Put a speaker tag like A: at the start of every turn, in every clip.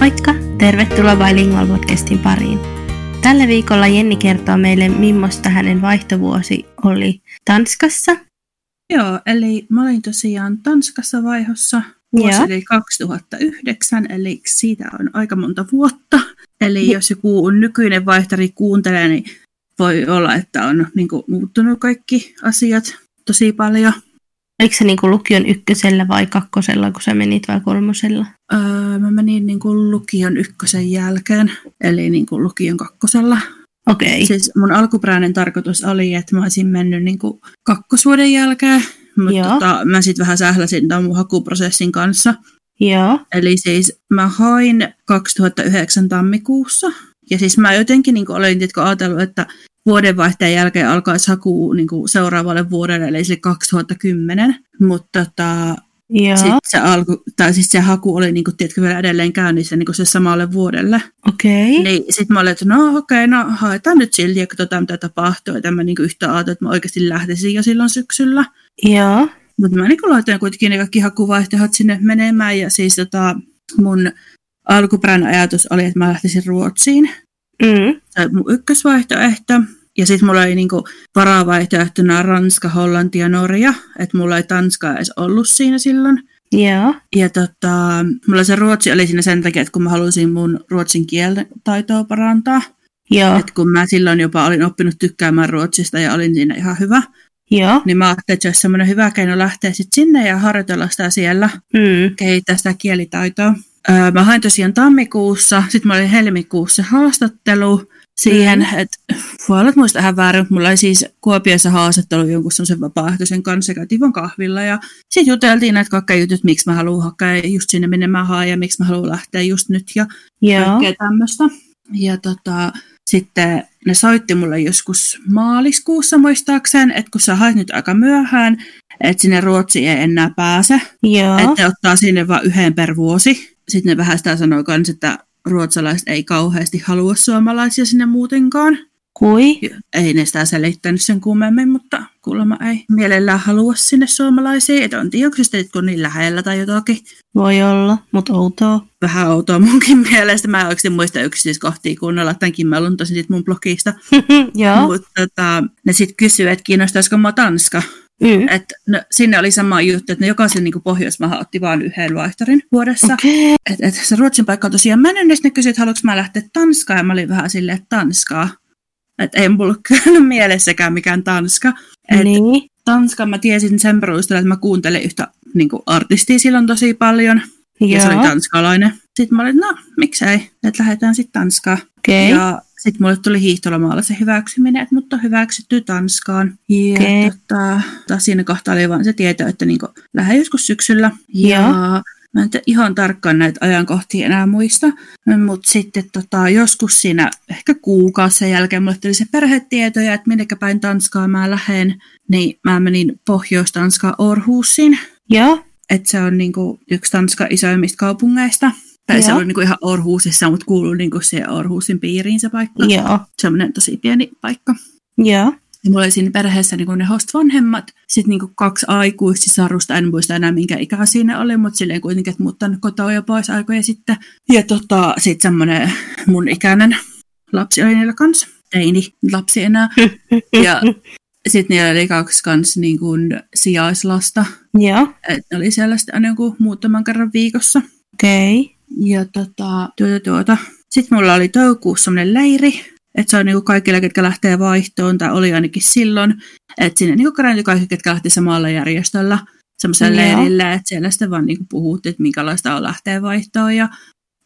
A: Moikka! Tervetuloa Bilingual podcastin pariin. Tällä viikolla Jenni kertoo meille, millaista hänen vaihtovuosi oli Tanskassa.
B: Joo, eli mä olin tosiaan Tanskassa vaihossa. Vuosi
A: Joo.
B: oli 2009, eli siitä on aika monta vuotta. Eli jos joku nykyinen vaihtari kuuntelee, niin voi olla, että on niin kuin, muuttunut kaikki asiat tosi paljon.
A: Oliko se niinku lukion ykkösellä vai kakkosella, kun sä menit vai kolmosella?
B: Öö, mä menin niin kuin, lukion ykkösen jälkeen, eli niin kuin, lukion kakkosella.
A: Okei. Okay.
B: Siis mun alkuperäinen tarkoitus oli, että mä olisin mennyt niin kuin kakkosvuoden jälkeen, mutta
A: Joo.
B: tota, mä sitten vähän sähläsin tämän mun hakuprosessin kanssa.
A: Joo.
B: Eli siis mä hain 2009 tammikuussa. Ja siis mä jotenkin niin olin tiedätkö, ajatellut, että vuodenvaihteen jälkeen alkaisi haku niin seuraavalle vuodelle, eli se 2010. Mutta tota,
A: Joo.
B: sit se, alku, tai siis se haku oli niin kuin, tiedätkö, vielä edelleen käynnissä niin se samalle vuodelle.
A: Okei. Okay.
B: Niin sitten mä olin, että no okei, okay, no haetaan nyt silti ja katsotaan mitä tapahtuu. Että mä niin yhtä ajattelin, että mä oikeasti lähtisin jo silloin syksyllä.
A: Joo.
B: Mutta mä niin laitoin kuitenkin ne kaikki hakuvaihtoehdot sinne menemään ja siis tota, mun alkuperäinen ajatus oli, että mä lähtisin Ruotsiin.
A: Mm.
B: Se oli mun ykkösvaihtoehto. Ja sitten mulla oli niinku varavaihtoehtona Ranska, Hollanti ja Norja. Että mulla ei Tanskaa edes ollut siinä silloin.
A: Joo.
B: Ja tota, mulla se ruotsi oli siinä sen takia, että kun mä halusin mun ruotsin kielen taitoa parantaa.
A: Joo.
B: Et kun mä silloin jopa olin oppinut tykkäämään ruotsista ja olin siinä ihan hyvä.
A: Joo.
B: Niin mä ajattelin, että se olisi semmoinen hyvä keino lähteä sitten sinne ja harjoitella sitä siellä.
A: Mm.
B: kehittää sitä kielitaitoa. Öö, mä hain tosiaan tammikuussa, sitten mä olin helmikuussa haastattelu siihen,
A: Mm.
B: mm. että voi olla, että muista ihan väärin, mutta mulla oli siis Kuopiossa haastattelu jonkun semmoisen vapaaehtoisen kanssa, käytiin vaan kahvilla ja sitten juteltiin näitä kaikkia jutut, miksi mä haluan hakea just sinne, minne mä haen ja miksi mä haluan lähteä just nyt ja
A: Joo.
B: kaikkea tämmöistä. Ja tota, sitten ne soitti mulle joskus maaliskuussa muistaakseen, että kun sä haet nyt aika myöhään, että sinne Ruotsiin ei enää pääse,
A: Joo.
B: että ottaa sinne vain yhden per vuosi. Sitten ne vähän sitä sanoo kans, että ruotsalaiset ei kauheasti halua suomalaisia sinne muutenkaan.
A: Kui?
B: Ei ne sitä selittänyt sen kummemmin, mutta kuulemma ei mielellään halua sinne suomalaisia. Että on tiedä, onko se sitten, kun niin lähellä tai jotakin.
A: Voi olla, mutta outoa.
B: Vähän outoa munkin mielestä. Mä en oikeasti muista yksityiskohtia kunnolla. Tämänkin mä luntasin sit mun blogista.
A: Joo.
B: Mutta tota, ne sitten kysyy, että kiinnostaisiko mua Tanska.
A: Mm.
B: Et, no, sinne oli sama juttu, että ne jokaisen niin Pohjoismaha otti vain yhden vaihtorin vuodessa.
A: Okei.
B: Et, et se Ruotsin paikka on tosiaan mennyt, niin sitten ne kysyi, että haluanko mä lähteä Tanskaan, ja mä olin vähän silleen, että Tanskaa. Että ei mulla käynyt mielessäkään mikään Tanska. Et niin.
A: Niin.
B: Tanska mä tiesin sen perusteella, että mä kuuntelin yhtä niin kuin artistia silloin tosi paljon, ja se oli
A: Joo.
B: tanskalainen. Sitten mä olin, no miksei, että lähdetään sitten Tanskaan.
A: Okei.
B: Ja sitten mulle tuli hiihtolomaalla se hyväksyminen, että mut on hyväksytty Tanskaan. Ja
A: Okei.
B: okay. tota, taas siinä kohtaa oli vaan se tieto, että niinku, lähden joskus syksyllä. Ja
A: Joo.
B: mä en nyt ihan tarkkaan näitä ajankohtia enää muista, mutta sitten tota, joskus siinä ehkä kuukausi sen jälkeen mulle tuli se perhetietoja, että minnekä päin Tanskaan mä lähden. Niin mä menin Pohjois-Tanskaan Orhusiin,
A: Joo.
B: että se on niinku yksi Tanskan isoimmista kaupungeista. Tai se
A: Joo.
B: on niinku ihan Orhusissa, mutta kuuluu niinku siihen Orhusin piiriin se paikka.
A: Joo.
B: Semmoinen tosi pieni paikka.
A: Joo.
B: Ja Niin mulla oli siinä perheessä niinku ne host-vanhemmat, sitten niinku kaksi aikuissisarusta, en muista enää minkä ikä siinä oli, mutta silleen kuitenkin, että muuttanut kotoa jo pois aikoja sitten. Ja tota, sitten semmoinen mun ikäinen lapsi oli niillä kanssa, teini lapsi enää. Ja sitten niillä oli kaksi kans niinku sijaislasta,
A: Joo.
B: et ne oli siellä sitten aina joku muutaman kerran viikossa.
A: Okei.
B: Ja tota, tuota, tuota. Sitten mulla oli toukokuussa semmoinen leiri, että se on niinku kaikilla, ketkä lähtee vaihtoon, tai oli ainakin silloin, että sinne niinku kerääntyi kaikki, ketkä lähti samalla järjestöllä semmoisella
A: Joo.
B: leirillä, että siellä sitten vaan niinku puhuttiin, että minkälaista on lähteä vaihtoon ja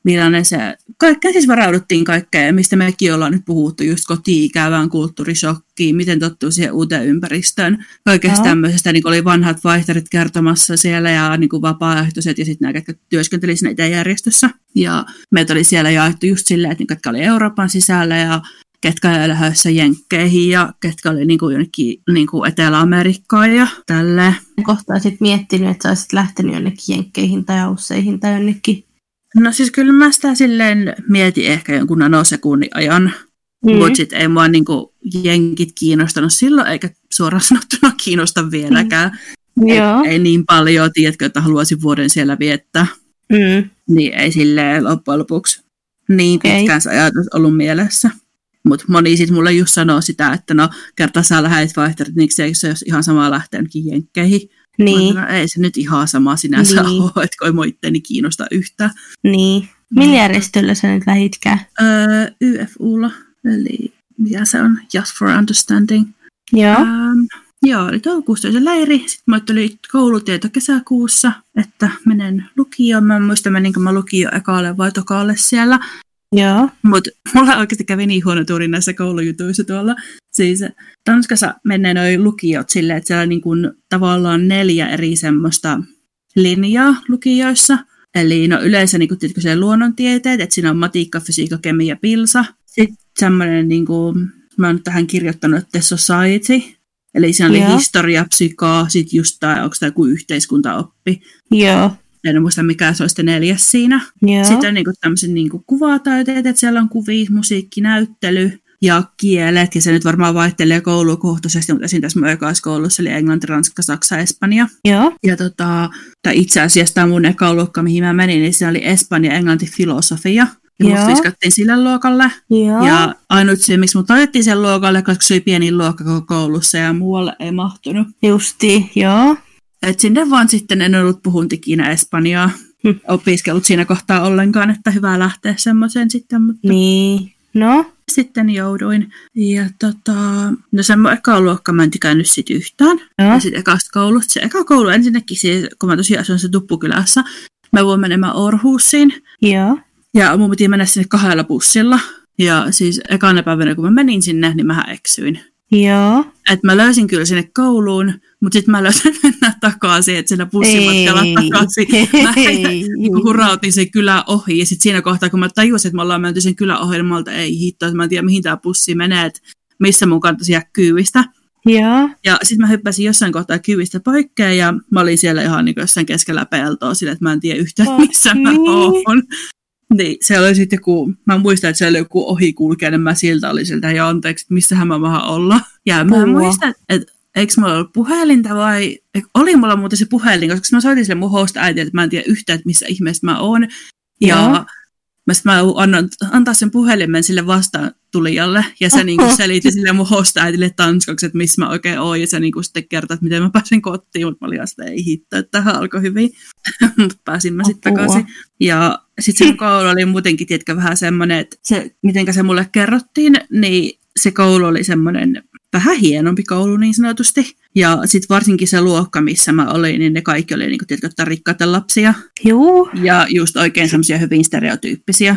B: millainen se, kaikkea siis varauduttiin kaikkea, mistä mekin ollaan nyt puhuttu, just kotiikävään kulttuurishokkiin, miten tottuu siihen uuteen ympäristöön, kaikesta
A: Joo.
B: tämmöisestä, niin oli vanhat vaihtarit kertomassa siellä ja niin kuin vapaaehtoiset ja sitten nämä, ketkä työskenteli siinä itse järjestössä. Ja meitä oli siellä jaettu just silleen, että niin, ketkä oli Euroopan sisällä ja ketkä oli lähdössä Jenkkeihin ja ketkä oli niin kuin jonnekin niin kuin Etelä-Amerikkaan ja tälleen.
A: Kohtaa sit miettinyt, että sä olisit lähtenyt jonnekin jenkkeihin tai ausseihin tai jonnekin.
B: No siis kyllä mä sitä silleen mietin ehkä jonkun nanosekunnin ajan, mm. mutta sitten ei mua niin kuin jenkit kiinnostanut silloin, eikä suoraan sanottuna kiinnosta vieläkään.
A: Mm. Joo.
B: Ei, ei niin paljon, tiedätkö, että haluaisin vuoden siellä viettää.
A: Mm.
B: Niin ei silleen loppujen lopuksi niin
A: Okei.
B: pitkään se ajatus ollut mielessä. Mutta moni sitten mulle just sanoo sitä, että no kerta sä lähdet vaihtoehtoon, niin se, se jos ihan sama lähtenytkin jenkkeihin.
A: Niin,
B: Mä sanon, ei se nyt ihan sama sinänsä
A: Niin.
B: niin. ole, että kun ei mua itteeni kiinnosta yhtään.
A: niin. Millä järjestöllä sä nyt lähitkään?
B: Öö, YFUlla, eli mikä se on? Just for Understanding.
A: Joo.
B: Ähm, joo, eli toukokuussa oli se leiri. Sitten mulle tuli koulutieto kesäkuussa, että menen lukioon. Mä en muista, meninkö mä lukio ekalle vai tokalle siellä.
A: Joo.
B: Mutta mulla oikeasti kävi niin huono tuuri näissä koulujutuissa tuolla. Siis Tanskassa menee noi lukiot silleen, että siellä niin kun, tavallaan neljä eri semmoista linjaa lukioissa. Eli no yleensä niin kun, tiedätkö, se luonnontieteet, että siinä on matikka, fysiikka, kemia, pilsa. Sitten semmoinen, niin kun, mä oon nyt tähän kirjoittanut, että society. Eli siinä oli
A: Joo.
B: historia, psykaa, sitten just tämä, onko tämä joku yhteiskuntaoppi.
A: Joo.
B: En muista, mikä se olisi sitten neljäs siinä.
A: Joo.
B: Sitten on niinku tämmöiset niinku kuvataiteet, että siellä on kuvia, musiikki, näyttely ja kielet. Ja se nyt varmaan vaihtelee koulukohtaisesti, mutta esim. tässä mun ekaassa koulussa oli englanti, ranska, saksa, espanja.
A: Joo.
B: Ja tota, tai itse asiassa tämä mun eka luokka, mihin mä menin, niin siinä oli espanja, englanti, filosofia. Ja
A: Joo.
B: mut viskattiin sille luokalle.
A: Joo.
B: Ja ainut syy, miksi mut otettiin sen luokalle, koska se oli pieni luokka koko koulussa ja muualle ei mahtunut.
A: Justi, joo.
B: Et sinne vaan sitten en ollut puhunut ikinä Espanjaa
A: Hm.
B: opiskellut siinä kohtaa ollenkaan, että hyvä lähteä semmoiseen sitten, mutta niin.
A: Niin. No,
B: sitten jouduin. Ja tota, no se mun eka luokka mä en tykännyt sit yhtään.
A: joo.
B: Ja sitten ekasta koulusta. Se eka koulu ensinnäkin, siis, kun mä tosiaan asun se tuppukylässä, mä voin menemään Orhusiin.
A: Joo.
B: Ja mun piti mennä sinne kahdella bussilla. Ja siis ekana päivänä, kun mä menin sinne, niin mä eksyin.
A: Joo.
B: Et mä löysin kyllä sinne kouluun, mutta sitten mä löysin mennä takaisin, että sillä bussimatkalla takaisin. Mä
A: Ei.
B: hurautin Niin sen kylän ohi. Ja sitten siinä kohtaa, kun mä tajusin, että me ollaan menty sen kylän ohi, niin mä olin, että ei hittoa, että mä en tiedä, mihin tämä pussi menee, että missä mun kannattaisi jää kyydistä.
A: Joo.
B: Ja sitten mä hyppäsin jossain kohtaa kyydistä poikkeen ja mä olin siellä ihan niin jossain keskellä peltoa sillä, että mä en tiedä yhtään,
A: Ai
B: missä mä
A: niin.
B: oon. Niin, se oli sitten joku, mä muistan, että siellä oli joku ohikulkijainen, mä siltä olin siltä, ja anteeksi, että missähän mä mahan olla. Ja mä
A: Apua.
B: muistan, että eikö mulla ollut puhelinta vai, eikö- oli mulla muuten se puhelin, koska mä soitin sille mun host äitille, että mä en tiedä yhtään, että missä ihmeessä mä oon. Ja
A: Joo.
B: mä, sit mä annan, antaa sen puhelimen sille vastaantulijalle, ja se niinku selitti sille mun hostaitille tanskaksi, että missä mä oikein oon, ja se niinku sitten kertoi, että miten mä pääsen kotiin, mutta mä olin vasta, ei hitto, että tähän alkoi hyvin. mutta pääsin mä sitten
A: Apua.
B: takaisin. Ja sitten se koulu oli muutenkin, tiedätkö, vähän semmoinen, että se, mitenkä se mulle kerrottiin, niin se koulu oli semmoinen vähän hienompi koulu niin sanotusti. Ja sitten varsinkin se luokka, missä mä olin, niin ne kaikki oli niin kuin, tiedätkö, rikkaita lapsia.
A: Juu.
B: Ja just oikein semmoisia hyvin stereotyyppisiä.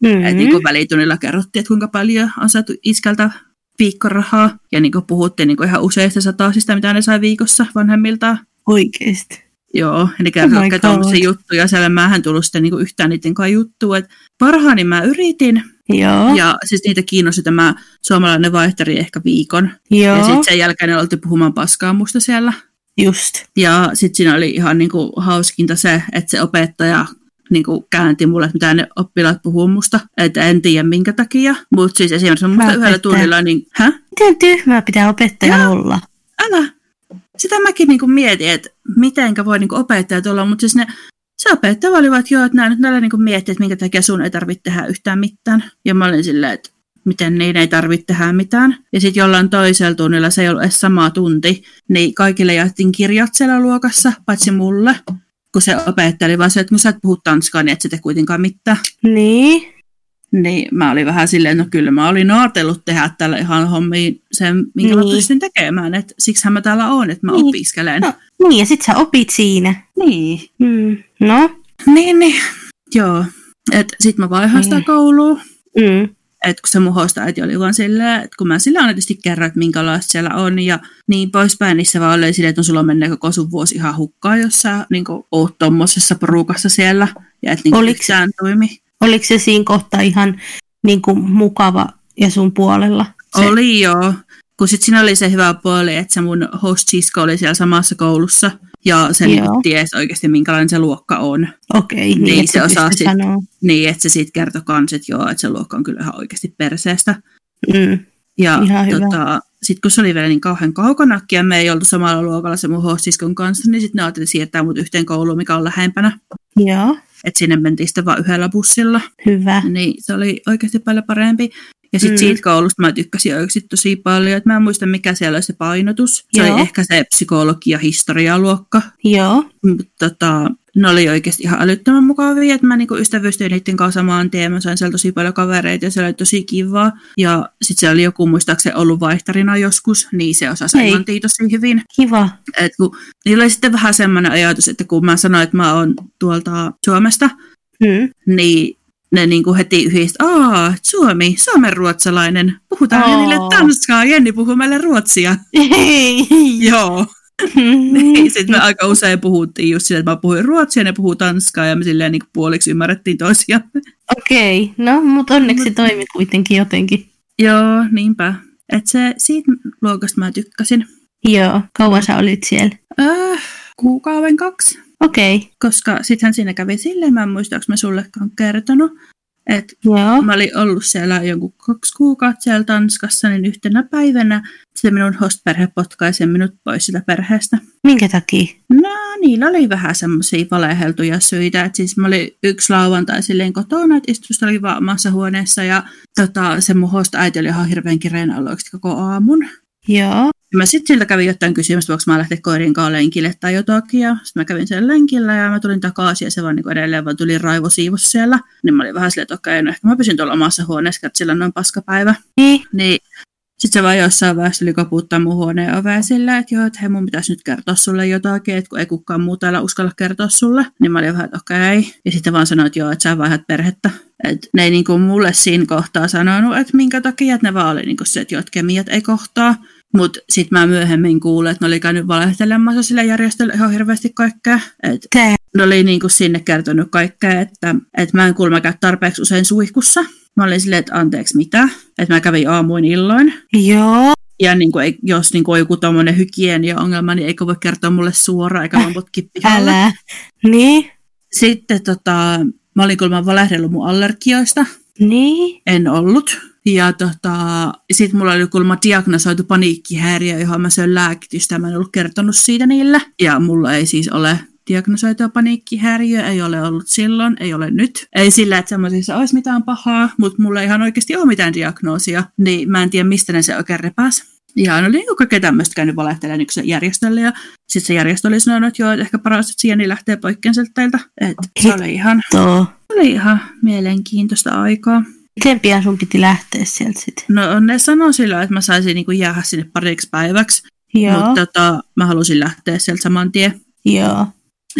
A: Mm.
B: Mm-hmm. Et niin kuin välitunnilla kerrottiin, että kuinka paljon on saatu iskältä viikkorahaa. Ja niin kuin puhuttiin niin kuin ihan useista sataisista, mitä ne sai viikossa vanhemmilta.
A: Oikeesti.
B: Joo, eli
A: Oh my
B: kertoo
A: God.
B: tuommoisia juttuja. Siellä mä en tullut sitten niin kuin yhtään niiden kanssa juttua. Et parhaani mä yritin.
A: Joo.
B: Ja siis niitä kiinnosti tämä suomalainen vaihteri ehkä viikon.
A: Joo.
B: Ja sitten sen jälkeen ne oltiin puhumaan paskaa musta siellä.
A: Just.
B: Ja sitten siinä oli ihan niinku hauskinta se, että se opettaja niinku käänti mulle, että mitä ne oppilaat puhuu musta. Että en tiedä minkä takia. Mutta siis esimerkiksi
A: Mä
B: musta yhdellä
A: opettaja.
B: tunnilla, niin hä?
A: Miten tyhmää pitää opettajan olla?
B: Älä. Sitä mäkin niinku mietin, että mitenkä voi niinku opettajat olla. Mutta siis ne se opettaja oli vaan, että joo, että nää nyt näillä niinku miettii, että minkä takia sun ei tarvitse tehdä yhtään mitään. Ja mä olin silleen, että miten niin ei tarvitse tehdä mitään. Ja sitten jollain toisella tunnilla, se ei ollut edes sama tunti, niin kaikille jaettiin kirjat siellä luokassa, paitsi mulle. Kun se opettaja oli vaan se, että kun sä et puhu tanskaa, niin et sä tee kuitenkaan mitään.
A: Niin.
B: Niin mä olin vähän silleen, no kyllä mä olin ajatellut tehdä tällä ihan hommiin sen, minkä
A: Niin.
B: mä pystyn tekemään. Että siksihän mä täällä oon, että mä
A: Niin.
B: opiskelen.
A: No. Niin, ja sit sä opit siinä.
B: Niin.
A: Mm. No.
B: Niin, niin. Joo. Et sit mä vaihan sitä
A: Niin.
B: koulua.
A: Mm.
B: Et kun se mun hostaäiti oli vaan silleen, että kun mä sillä aina tietysti kerran, että minkälaista siellä on ja niin poispäin, niin se vaan oli silleen, että no sulla menee koko sun vuosi ihan hukkaan, jos sä niin oot tommosessa porukassa siellä ja et niin
A: Oliks-
B: yhtään toimi.
A: Oliko se siinä kohtaa ihan niin kuin, mukava ja sun puolella? Se,
B: Oli joo. Kun sit siinä oli se hyvä puoli, että se mun host sisko oli siellä samassa koulussa ja se niin
A: Joo.
B: ties oikeasti minkälainen se luokka on.
A: Okei, niin,
B: Niin,
A: että
B: se osaa
A: pystyi
B: sit-
A: sanoa.
B: Niin, että se sitten kertoi kans, että joo, että se luokka on kyllä ihan oikeasti perseestä.
A: Mm.
B: Ja
A: Ihan hyvä.
B: tota, sitten kun se oli vielä niin kauhean kaukonakin ja me ei oltu samalla luokalla se mun hossiskon kanssa, niin sitten ne ajatteli siirtää mut yhteen kouluun, mikä on lähempänä.
A: Joo.
B: että sinne mentiin sitten vaan yhdellä bussilla.
A: Hyvä.
B: Niin se oli oikeasti paljon parempi. Ja sitten
A: Mm.
B: mm. siitä koulusta mä tykkäsin oikeasti tosi paljon. Et mä en muista, mikä siellä oli se painotus. Se
A: Joo.
B: oli ehkä se psykologia- ja historialuokka.
A: Joo.
B: Mut Tota, ne oli oikeasti ihan älyttömän mukavia, että mä niinku ystävystyin niiden kanssa samaan teemaan, sain siellä tosi paljon kavereita ja se oli tosi kivaa. Ja sitten se oli joku muistaakseni ollut vaihtarina joskus, niin se osasi
A: Hei.
B: englantia tosi hyvin.
A: Kiva.
B: Et kun, niillä oli sitten vähän semmoinen ajatus, että kun mä sanoin, että mä oon tuolta Suomesta,
A: Mm.
B: niin ne niinku heti yhdistä, aah, Suomi, suomenruotsalainen, puhutaan
A: Oo.
B: Jennille tanskaa, Jenni puhuu meille ruotsia.
A: Hei.
B: Joo. Niin, sitten me aika usein puhuttiin just sitä, että mä puhuin ruotsia ja ne puhuu tanskaa ja me silleen niin puoliksi ymmärrettiin toisiaan.
A: Okei, okay. no mutta onneksi
B: Mut-
A: toimit kuitenkin jotenkin.
B: Joo, niinpä. Et se, siitä luokasta mä tykkäsin.
A: Joo, kauan sä olit siellä.
B: Öö, kuukauden kaksi.
A: Okei, okay.
B: Koska sittenhän siinä kävi silleen, mä en muista, onko mä sullekaan kertonut, että
A: joo.
B: mä olin ollut siellä jonkun kaksi kuukautta siellä Tanskassa, niin yhtenä päivänä se minun host-perhe potkaisi minut pois sitä perheestä.
A: Minkä takia?
B: No niillä oli vähän semmoisia valeheltuja syitä. Et siis mä olin yksi lauantai silleen kotona, että istusta oli vaan omassa huoneessa ja tota, se mun hosta äiti oli ihan hirveän kireen aloiksi koko aamun.
A: Joo,
B: Ja mä sitten siltä kävin jotain kysymystä, voiko mä lähteä koirin kanssa lenkille tai jotakin. Ja sitten mä kävin sen lenkillä ja mä tulin takaisin ja se vaan niin edelleen vaan tuli raivosiivos siellä. Niin mä olin vähän silleen, että okei, no ehkä mä pysyn tuolla omassa huoneessa, että sillä on noin paskapäivä.
A: niin,
B: Niin sitten se vaan jossain vaiheessa oli koputtaa mun huoneen ovea sillä, että joo, että hei mun pitäisi nyt kertoa sulle jotakin, että kun ei kukaan muu täällä uskalla kertoa sulle, niin mä olin vähän, että okei. Ja sitten vaan sanoin, että joo, että sä vaihdat perhettä. Et ne ei niinku mulle siinä kohtaa sanonut, että minkä takia, että ne vaan oli niinku se, että joo, että kemiat ei kohtaa. Mutta sitten mä myöhemmin kuulin, että ne oli käynyt valehtelemassa sillä järjestöllä ihan hirveästi kaikkea. Et
A: tää.
B: ne oli niin kuin sinne kertonut kaikkea, että, että mä en kuulemma käy tarpeeksi usein suihkussa. Mä olin silleen, että anteeksi mitä, että mä kävin aamuin illoin.
A: Joo,
B: Ja niin kuin, jos niin kuin on joku tommonen hygienia-ongelma, niin eikö voi kertoa mulle suoraan, eikä vaan potki pihalle.
A: älä. Niin,
B: Sitten tota, mä olin kuulemma valehdellut mun allergioista.
A: niin,
B: En ollut. Ja tota, sitten mulla oli kuulemma diagnosoitu paniikkihäiriö, johon mä söin lääkitystä. Mä en ollut kertonut siitä niille. Ja mulla ei siis ole diagnosoitua paniikkihäiriöä, ei ole ollut silloin, ei ole nyt. Ei sillä, että semmoisissa olisi mitään pahaa, mutta mulla ei ihan oikeasti ole mitään diagnoosia. Niin mä en tiedä, mistä ne se oikein repäs. Ja ne oli niinku kaikkea tämmöistä käynyt valehtelemaan niinku sille järjestölle. Ja sitten se järjestö oli sanonut, että joo, että ehkä paras, että sieni lähtee poikkeen sieltä teiltä. Et se oli ihan,
A: too.
B: se oli ihan mielenkiintoista aikaa.
A: Miten pian sun piti lähteä sieltä sitten?
B: No ne sanoi silloin, että mä saisin niin jäädä sinne pariksi päiväksi,
A: Joo,
B: mutta
A: mutta...
B: tota, mä halusin lähteä sieltä saman tien.
A: joo.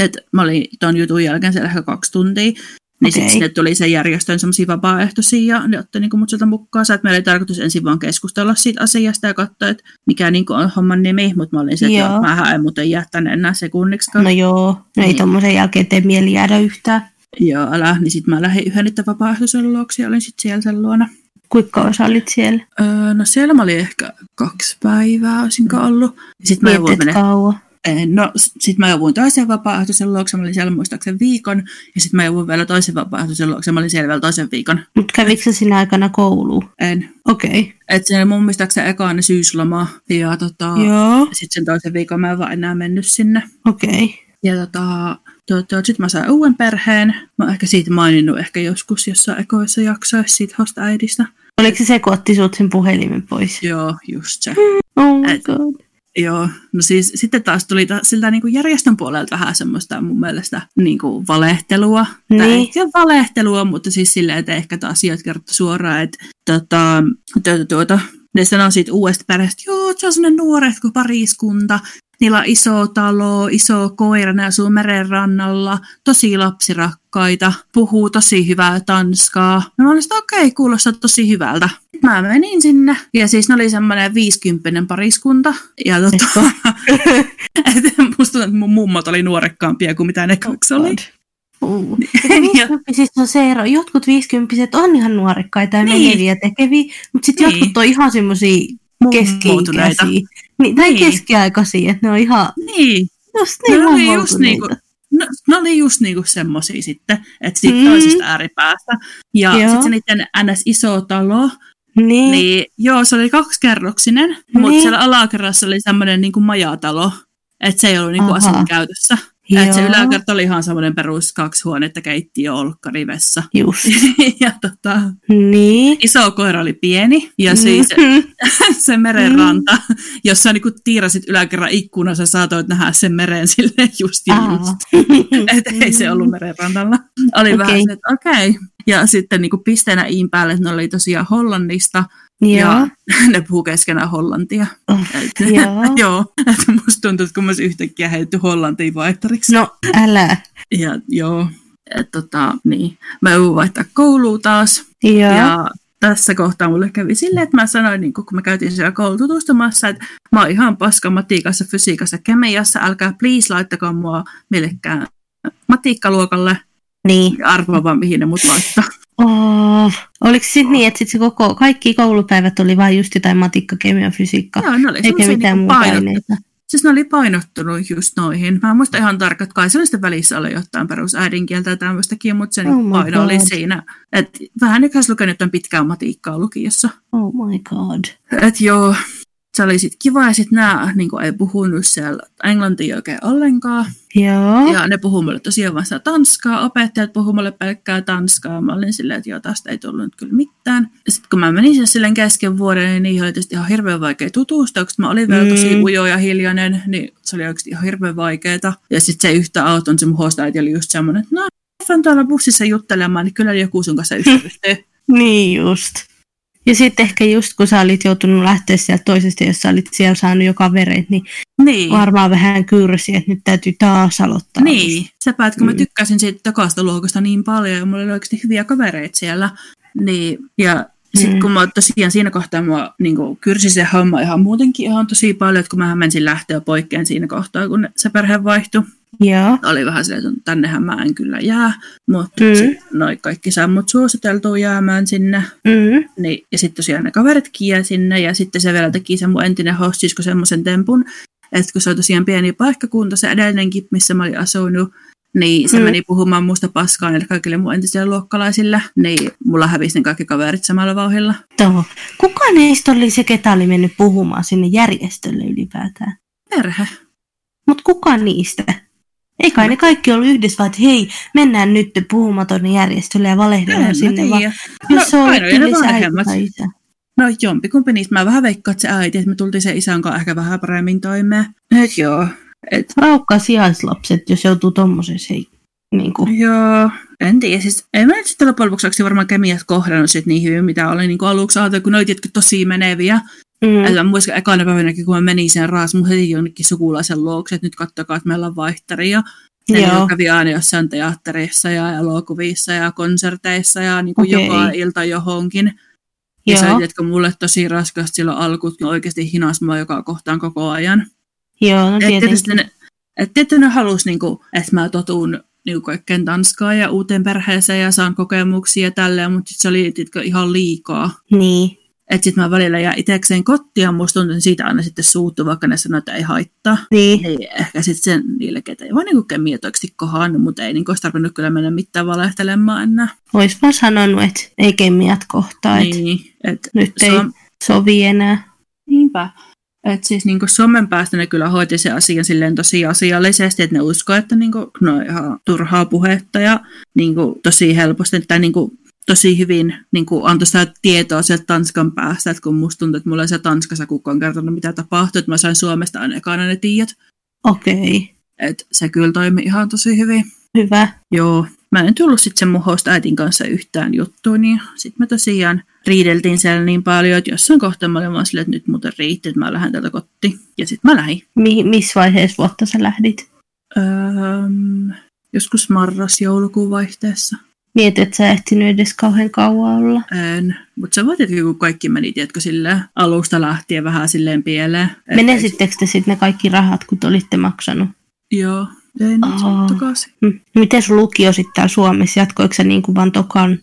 B: Et mä olin ton jutun jälkeen siellä ehkä kaksi tuntia, niin okay.
A: Okei.
B: sitten sinne tuli sen järjestön semmoisia vapaaehtoisia ja ne otti niin mut sieltä mukaan. Sä, että meillä oli tarkoitus ensin vaan keskustella siitä asiasta ja katsoa, että mikä niin on homman nimi, mutta mä olin se,
A: Joo.
B: että mä en muuten jää tänne enää sekunniksikaan.
A: No joo, no ei
B: Niin.
A: tommosen jälkeen tee mieli jäädä yhtään.
B: Joo, älä, niin sitten mä lähdin yhden niiden vapaaehtoisen luokse ja olin sitten siellä sen luona.
A: Kuinka kauan sä olit siellä?
B: Öö, no siellä mä olin ehkä kaksi päivää, olisinko ollut. Sitten mä jouduin
A: Mietit
B: mennä
A: kauan.
B: Eh, No, sitten mä jouduin toisen vapaaehtoisen luokse, mä olin siellä muistaakseni viikon, ja sitten mä jouduin vielä toisen vapaaehtoisen luokse, mä olin siellä vielä toisen viikon.
A: Mutta kävikö sä sinä aikana kouluun?
B: En.
A: Okei.
B: Et se oli mun mielestäkseni ekaan syysloma, ja tota,
A: Joo.
B: sitten sen toisen viikon mä en vaan enää mennyt sinne.
A: Okei.
B: Ja tota, tota, sitten mä sain uuden perheen. Mä oon ehkä siitä maininnut ehkä joskus jossain ekoissa jaksoissa siitä hosta äidistä.
A: Oliko se sekoitti sut sen puhelimen pois?
B: Joo, just se.
A: Oh my
B: Et-
A: god.
B: Joo, no siis sitten taas tuli ta- siltä niin kuin järjestön puolelta vähän semmoista mun mielestä niin kuin valehtelua. Tai
A: Niin.
B: ehkä valehtelua, mutta siis silleen, että ehkä taas asiat kertoo suoraan, että tota, tuota, tuota, ne sanoo siitä uudesta perheestä, joo, se on semmoinen nuoret kuin pariskunta, niillä on iso talo, iso koira, ne asuu meren rannalla, tosi lapsirakkaita, puhuu tosi hyvää tanskaa. No mä olin sitä, okei, okay, kuulostaa tosi hyvältä. Mä menin sinne, ja siis ne oli semmoinen viisikymppinen pariskunta, ja tota, et musta tuntuu, että mun mummot oli nuorekkaampia kuin
A: Oh
B: mitä ne kaksi oli.
A: Uh.
B: Ja-
A: Viisikymppisissä on se ero. Jotkut viisikymppiset on ihan nuorekkaita ja
B: Niin.
A: meneviä tekeviä, mutta sitten
B: Niin.
A: jotkut on ihan semmoisia
B: Mummoutuneita.
A: keski-ikäisiä. Niin, tai
B: Niin.
A: keskiaikaisia, että ne on ihan
B: Niin,
A: just niin
B: ne
A: no,
B: oli just niinku, no, ne oli just niinku semmosia sitten, että siitä
A: Mm.
B: mm. toisesta ääripäästä. Ja
A: Joo.
B: sitten se niiden ns. iso talo,
A: Niin. niin.
B: niin joo, se oli kaksikerroksinen, mutta
A: Niin.
B: siellä alakerrassa oli semmoinen niinku majatalo, että se ei ollut niinku
A: Ahaa.
B: asunut käytössä. Ja et se yläkerta oli ihan semmoinen perus kaksi huonetta keittiö, olkkari, vessa.
A: Just.
B: ja tota,
A: Niin.
B: iso koira oli pieni ja siis
A: Mhm.
B: se merenranta, jos sä niinku tiirasit yläkerran ikkunan, sä saatoit nähdä sen meren sille just ja
A: Aa.
B: just. Et ei se ollut merenrannalla. Oli
A: Okei.
B: okay. vähän se, että okei. Okay. Ja sitten niinku pisteenä iin päälle, että ne oli tosiaan Hollannista
A: Joo.
B: ja ne puhuu keskenään hollantia.
A: Oh,
B: Et,
A: Joo.
B: joo. Et musta tuntuu, että kun mä olisin yhtäkkiä heitty Hollantiin vaihtariksi.
A: No, älä.
B: Ja joo. Et, tota, niin. Mä joudun vaihtaa kouluun taas.
A: Joo.
B: Ja. ja tässä kohtaa mulle kävi silleen, että mä sanoin, niin kun me käytiin siellä koulun tutustumassa, että mä oon ihan paska matiikassa, fysiikassa, kemiassa, älkää please laittakaa mua millekään matikkaluokalle.
A: Niin.
B: Ja arvaa vaan, mihin ne mut laittaa.
A: Oh. Oliko sit niin, että sit se koko, kaikki koulupäivät oli vain just jotain matikka, kemia, fysiikka,
B: Joo, ne oli
A: eikä
B: semmosia
A: mitään
B: niinku
A: muuta
B: painot-
A: aineita?
B: Siis ne oli painottunut just noihin. Mä en muista ihan tarkkaan, että kai se oli sitten välissä oli jotain perusäidinkieltä ja tämmöistäkin, mutta se
A: Oh
B: niinku
A: my
B: paino oli
A: God.
B: siinä. Et vähän nyt olisi lukenut tämän pitkään matiikkaa lukiossa.
A: Oh my god.
B: Et joo, se oli sitten kiva ja sitten nämä niinku ei puhunut siellä englantia oikein ollenkaan.
A: Joo.
B: Ja ne puhuu mulle tosiaan vaan sitä tanskaa, opettajat puhuu mulle pelkkää tanskaa. Mä olin silleen, että joo, tästä ei tullut nyt kyllä mitään. Sitten kun mä menin siellä silleen kesken vuoden, niin niihin oli tietysti ihan hirveän vaikea tutustua, koska mä olin vielä
A: Mm.
B: tosi ujo ja hiljainen, niin se oli oikeasti ihan hirveän vaikeeta. Ja sitten se yhtä auton, se mun hostaiti oli just semmoinen, että no, on tuolla bussissa juttelemaan, niin kyllä joku sun kanssa ystävystyy.
A: Niin just. Ja sitten ehkä just kun sä olit joutunut lähteä sieltä toisesta, jos sä olit siellä saanut joka veret, niin
B: niin.
A: varmaan vähän kyrsi, että nyt täytyy taas aloittaa.
B: Niin, sepä, että kun mä
A: Mm.
B: tykkäsin siitä tokasta luokasta niin paljon ja mulla oli oikeasti hyviä kavereita siellä. Niin, ja
A: Mm.
B: sitten kun mä tosiaan siinä kohtaa mua niin kyrsi se homma ihan muutenkin ihan tosi paljon, että kun mä menin lähteä poikkeen siinä kohtaa, kun se perhe vaihtui.
A: Joo.
B: Oli vähän silleen, että tännehän mä en kyllä jää, mutta
A: Mm.
B: mm. noin kaikki sammut suositeltuu jäämään sinne.
A: Mm.
B: Niin, ja sitten tosiaan ne kaveritkin jäi sinne, ja sitten se vielä teki se mun entinen hostisko semmoisen tempun, että kun se on tosiaan pieni paikkakunta, se edellinenkin, missä mä olin asunut, niin se
A: Mm.
B: mm. meni puhumaan musta paskaa niille kaikille mun entisille luokkalaisille, niin mulla hävisi ne kaikki kaverit samalla vauhilla.
A: Toho. Kuka niistä oli se, ketä oli mennyt puhumaan sinne järjestölle ylipäätään?
B: Perhe.
A: Mutta kuka niistä? Ei kai ne kaikki ollut yhdessä, vaan että hei, mennään nyt puhumaan tuonne järjestölle ja
B: En mä
A: valehdellaan sinne. Vaan,
B: tiedä.
A: jos se
B: No,
A: oli
B: aina oli ne
A: tyylissä äiti
B: vanhemmat.
A: tai isä.
B: No jompikumpi niistä. Mä vähän veikkaan, että se äiti, että me tultiin sen isän kanssa ehkä vähän paremmin toimeen. Et joo. Et
A: Raukkaa sijaislapset, jos joutuu tommosessa hei. Niin kuin.
B: Joo, en tiedä. Siis, en mä nyt sitten loppujen lopuksi oikeasti varmaan kemiat kohdannut sit niin hyvin, mitä oli niin aluksi ajatellut, kun noit jotkut tosi meneviä. Mm. Et
A: Mm.
B: mä muistan ekana päivänäkin, kun mä menin sen raas, mun heti jonnekin sukulaisen luokse, että nyt kattokaa, että meillä on vaihtari. Ja ne
A: Joo.
B: niinku kävi aina jossain teatterissa ja elokuvissa ja konserteissa ja niin kuin
A: Okei.
B: joka ilta johonkin. Ja sä
A: Joo.
B: tiedätkö, mulle tosi raskasta silloin alkuun, kun oikeasti hinas mua joka kohtaan koko ajan.
A: Joo, no
B: Et tietysti
A: tietenkin.
B: ne, et tietysti ne halusi, niinku, että mä totuun niinku kaikkeen Tanskaan ja uuteen perheeseen ja saan kokemuksia ja tälleen, mutta sit se oli tiedätkö, ihan liikaa.
A: Niin.
B: Että sitten mä välillä jää itsekseen kotiin ja musta tuntuu, että siitä aina sitten suuttu, vaikka ne sanoo, että ei haittaa.
A: Niin.
B: Niin ehkä sitten sen niille, ketä ei vaan niinku kemiä oikeasti kohannut, mutta ei niinku olisi tarvinnut kyllä mennä mitään valehtelemaan enää.
A: Ois vaan sanonut, että ei kemiat kohtaa, että
B: Niin, et
A: nyt ei
B: Suom-
A: sovi enää.
B: Niinpä. Et siis niinku Suomen päästä ne kyllä hoiti sen asian silleen tosi asiallisesti, että ne uskoo, että niinku, no ihan turhaa puhetta ja niinku, tosi helposti tai niinku, tosi hyvin niinku, antoi sitä tietoa sieltä Tanskan päästä, että kun musta tuntuu, että mulla ei se Tanskassa kukaan kertonut, mitä tapahtui, että mä sain Suomesta aina ekana ne tiedot,
A: Okei,
B: että se kyllä toimi ihan tosi hyvin.
A: hyvä.
B: Joo, mä en tullut sitten sen mun host äitin kanssa yhtään juttuun, niin sitten me tosiaan riideltiin siellä niin paljon, että jossain kohtaa mä olin vaan silleen, että nyt muuten riitti, että mä lähden täältä kotiin. Ja sitten mä lähdin.
A: Mi- missä vaiheessa vuotta sä lähdit?
B: Öö, joskus marras-joulukuun vaihteessa.
A: Niin, et sä ehtinyt edes kauhean kauan olla.
B: En. Mutta se vaan tietenkin, kun kaikki meni, tiedätkö, silleen alusta lähtien vähän silleen pieleen. Et-
A: Menesittekö te sitten ne kaikki rahat, kun te olitte maksanut?
B: Joo, tein nyt
A: Aa.
B: sitten takaisin.
A: Mm. Miten sun lukio sitten täällä Suomessa? Jatkoiko sä niin kuin vaan tokan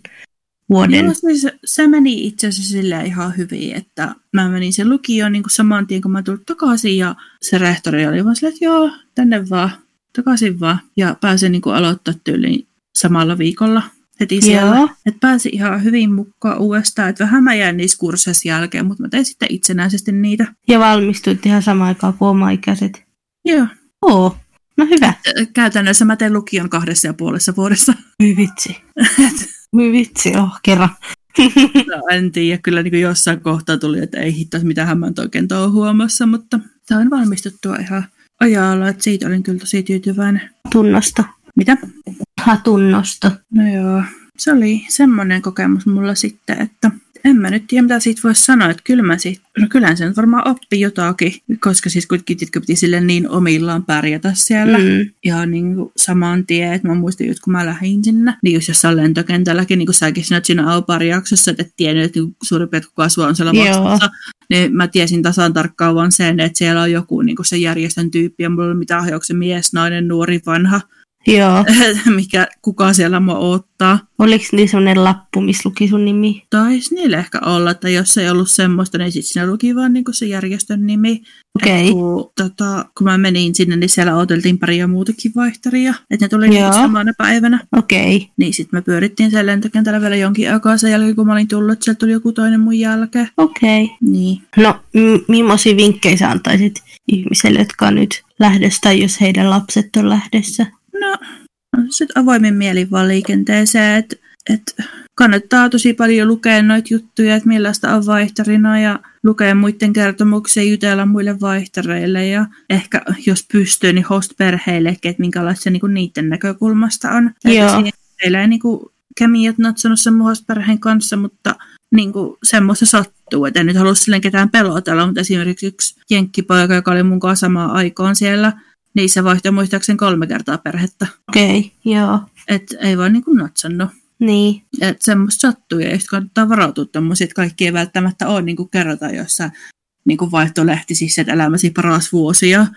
A: vuoden?
B: Joo, siis se, se meni itse asiassa silleen ihan hyvin, että mä menin sen lukioon niin kuin saman tien, kun mä tulin takaisin ja se rehtori oli vaan silleen, että joo, tänne vaan, takaisin vaan. Ja pääsin niin kuin aloittaa tyyliin samalla viikolla heti siis siellä.
A: Joo.
B: Et pääsi ihan hyvin mukaan uudestaan, että vähän mä jäin niissä kursseissa jälkeen, mutta mä tein sitten itsenäisesti niitä.
A: Ja valmistuit ihan samaan aikaan kuin oma ikäiset.
B: Joo,
A: Oo. No hyvä.
B: Käytännössä mä teen lukion kahdessa ja puolessa vuodessa.
A: Hyvin vitsi. Hyvin vitsi, oh, kerran.
B: No, en tiedä, kyllä niin jossain kohtaa tuli, että ei hitto, mitä hän mä nyt oikein tuo huomassa, mutta sain valmistuttua ihan ajalla, että siitä olin kyllä tosi tyytyväinen.
A: Tunnosta.
B: Mitä?
A: Hatunnosto.
B: No joo, se oli semmoinen kokemus mulla sitten, että en mä nyt tiedä, mitä siitä voisi sanoa, että kyllä mä siitä, no kyllähän se nyt varmaan oppi jotakin, koska siis kuitenkin titkö piti sille niin omillaan pärjätä siellä. Mm.
A: Mm.
B: Ihan niin kuin saman tien, että mä muistan, että kun mä lähdin sinne, niin just jossain lentokentälläkin, niin kuin säkin sanoit siinä Aupar-jaksossa, että et tiennyt, että niinku suurin piirtein kuka sua on siellä
A: Joo.
B: vastassa, niin mä tiesin tasan tarkkaan vaan sen, että siellä on joku niin kuin se järjestön tyyppi, ja mulla ei ole mitään hajua, onko se mies, nainen, nuori, vanha,
A: Joo.
B: mikä, kuka siellä mua odottaa.
A: Oliko niillä sellainen niin lappu, missä luki sun nimi?
B: Taisi niillä ehkä olla, että jos ei ollut semmoista, niin sitten siinä luki vaan niin se järjestön nimi.
A: Okei.
B: Et Kun, tota, kun mä menin sinne, niin siellä odoteltiin paria muutakin vaihtaria, että ne tuli
A: Joo.
B: niin samana päivänä.
A: Okei.
B: Niin sitten me pyörittiin sen lentokentällä vielä jonkin aikaa sen jälkeen, kun mä olin tullut, että sieltä tuli joku toinen mun jälkeen.
A: Okei.
B: Niin.
A: No, m- millaisia vinkkejä sä antaisit ihmisille, jotka on nyt lähdössä tai jos heidän lapset on lähdössä?
B: No, sitten avoimin mielin vaan liikenteeseen, että et kannattaa tosi paljon lukea noita juttuja, että millaista on vaihtarina ja lukea muiden kertomuksia, jutella muille vaihtareille ja ehkä jos pystyy, niin host-perheillekin, että minkälaista se niinku niiden näkökulmasta on.
A: Joo.
B: Että siinä Meillä ei niinku kemiat natsonut sen mun host-perheen kanssa, mutta niinku semmoista sattuu, että en nyt halua silleen ketään pelotella, mutta esimerkiksi yksi jenkkipoika, joka oli mun kanssa samaan aikaan siellä, niin se vaihtoi muistaakseni kolme kertaa perhettä.
A: Okei, joo.
B: Et ei vaan niinku natsannut.
A: Niin,
B: Et semmoista sattuu ja just kannattaa varautua tommosia, että kaikki ei välttämättä ole niinku kerrotaan jossain niinku vaihtolehti siis, että elämäsi paras vuosi ja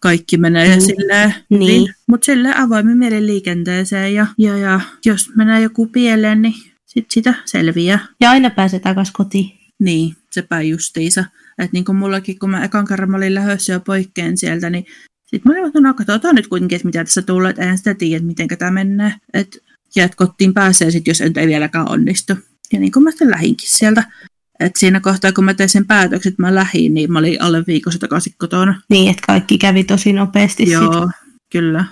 B: kaikki menee
A: Mm.
B: mm. silleen
A: Niin.
B: Mutta silleen avoimen mielen liikenteeseen ja, ja, ja jos menee joku pieleen, niin sit sitä selviää.
A: ja aina pääsee takaisin kotiin.
B: Niin, sepä justiinsa. Että niin kuin mullakin, kun mä ekan kerran mä olin lähdössä jo poikkeen sieltä, niin sitten mä olin, että no katsotaan nyt kuitenkin, että mitä tässä tulee, että eihän sitä tiedä, että miten tämä menee. Että jäät kotiin pääsee sitten, jos ei vieläkään onnistu. Ja niin kuin mä sitten lähinkin sieltä. Et siinä kohtaa, kun mä tein sen päätöksen, että mä lähdin, niin mä olin alle viikossa takaisin kotona.
A: Niin, että kaikki kävi tosi nopeasti sitten.
B: Joo, kyllä.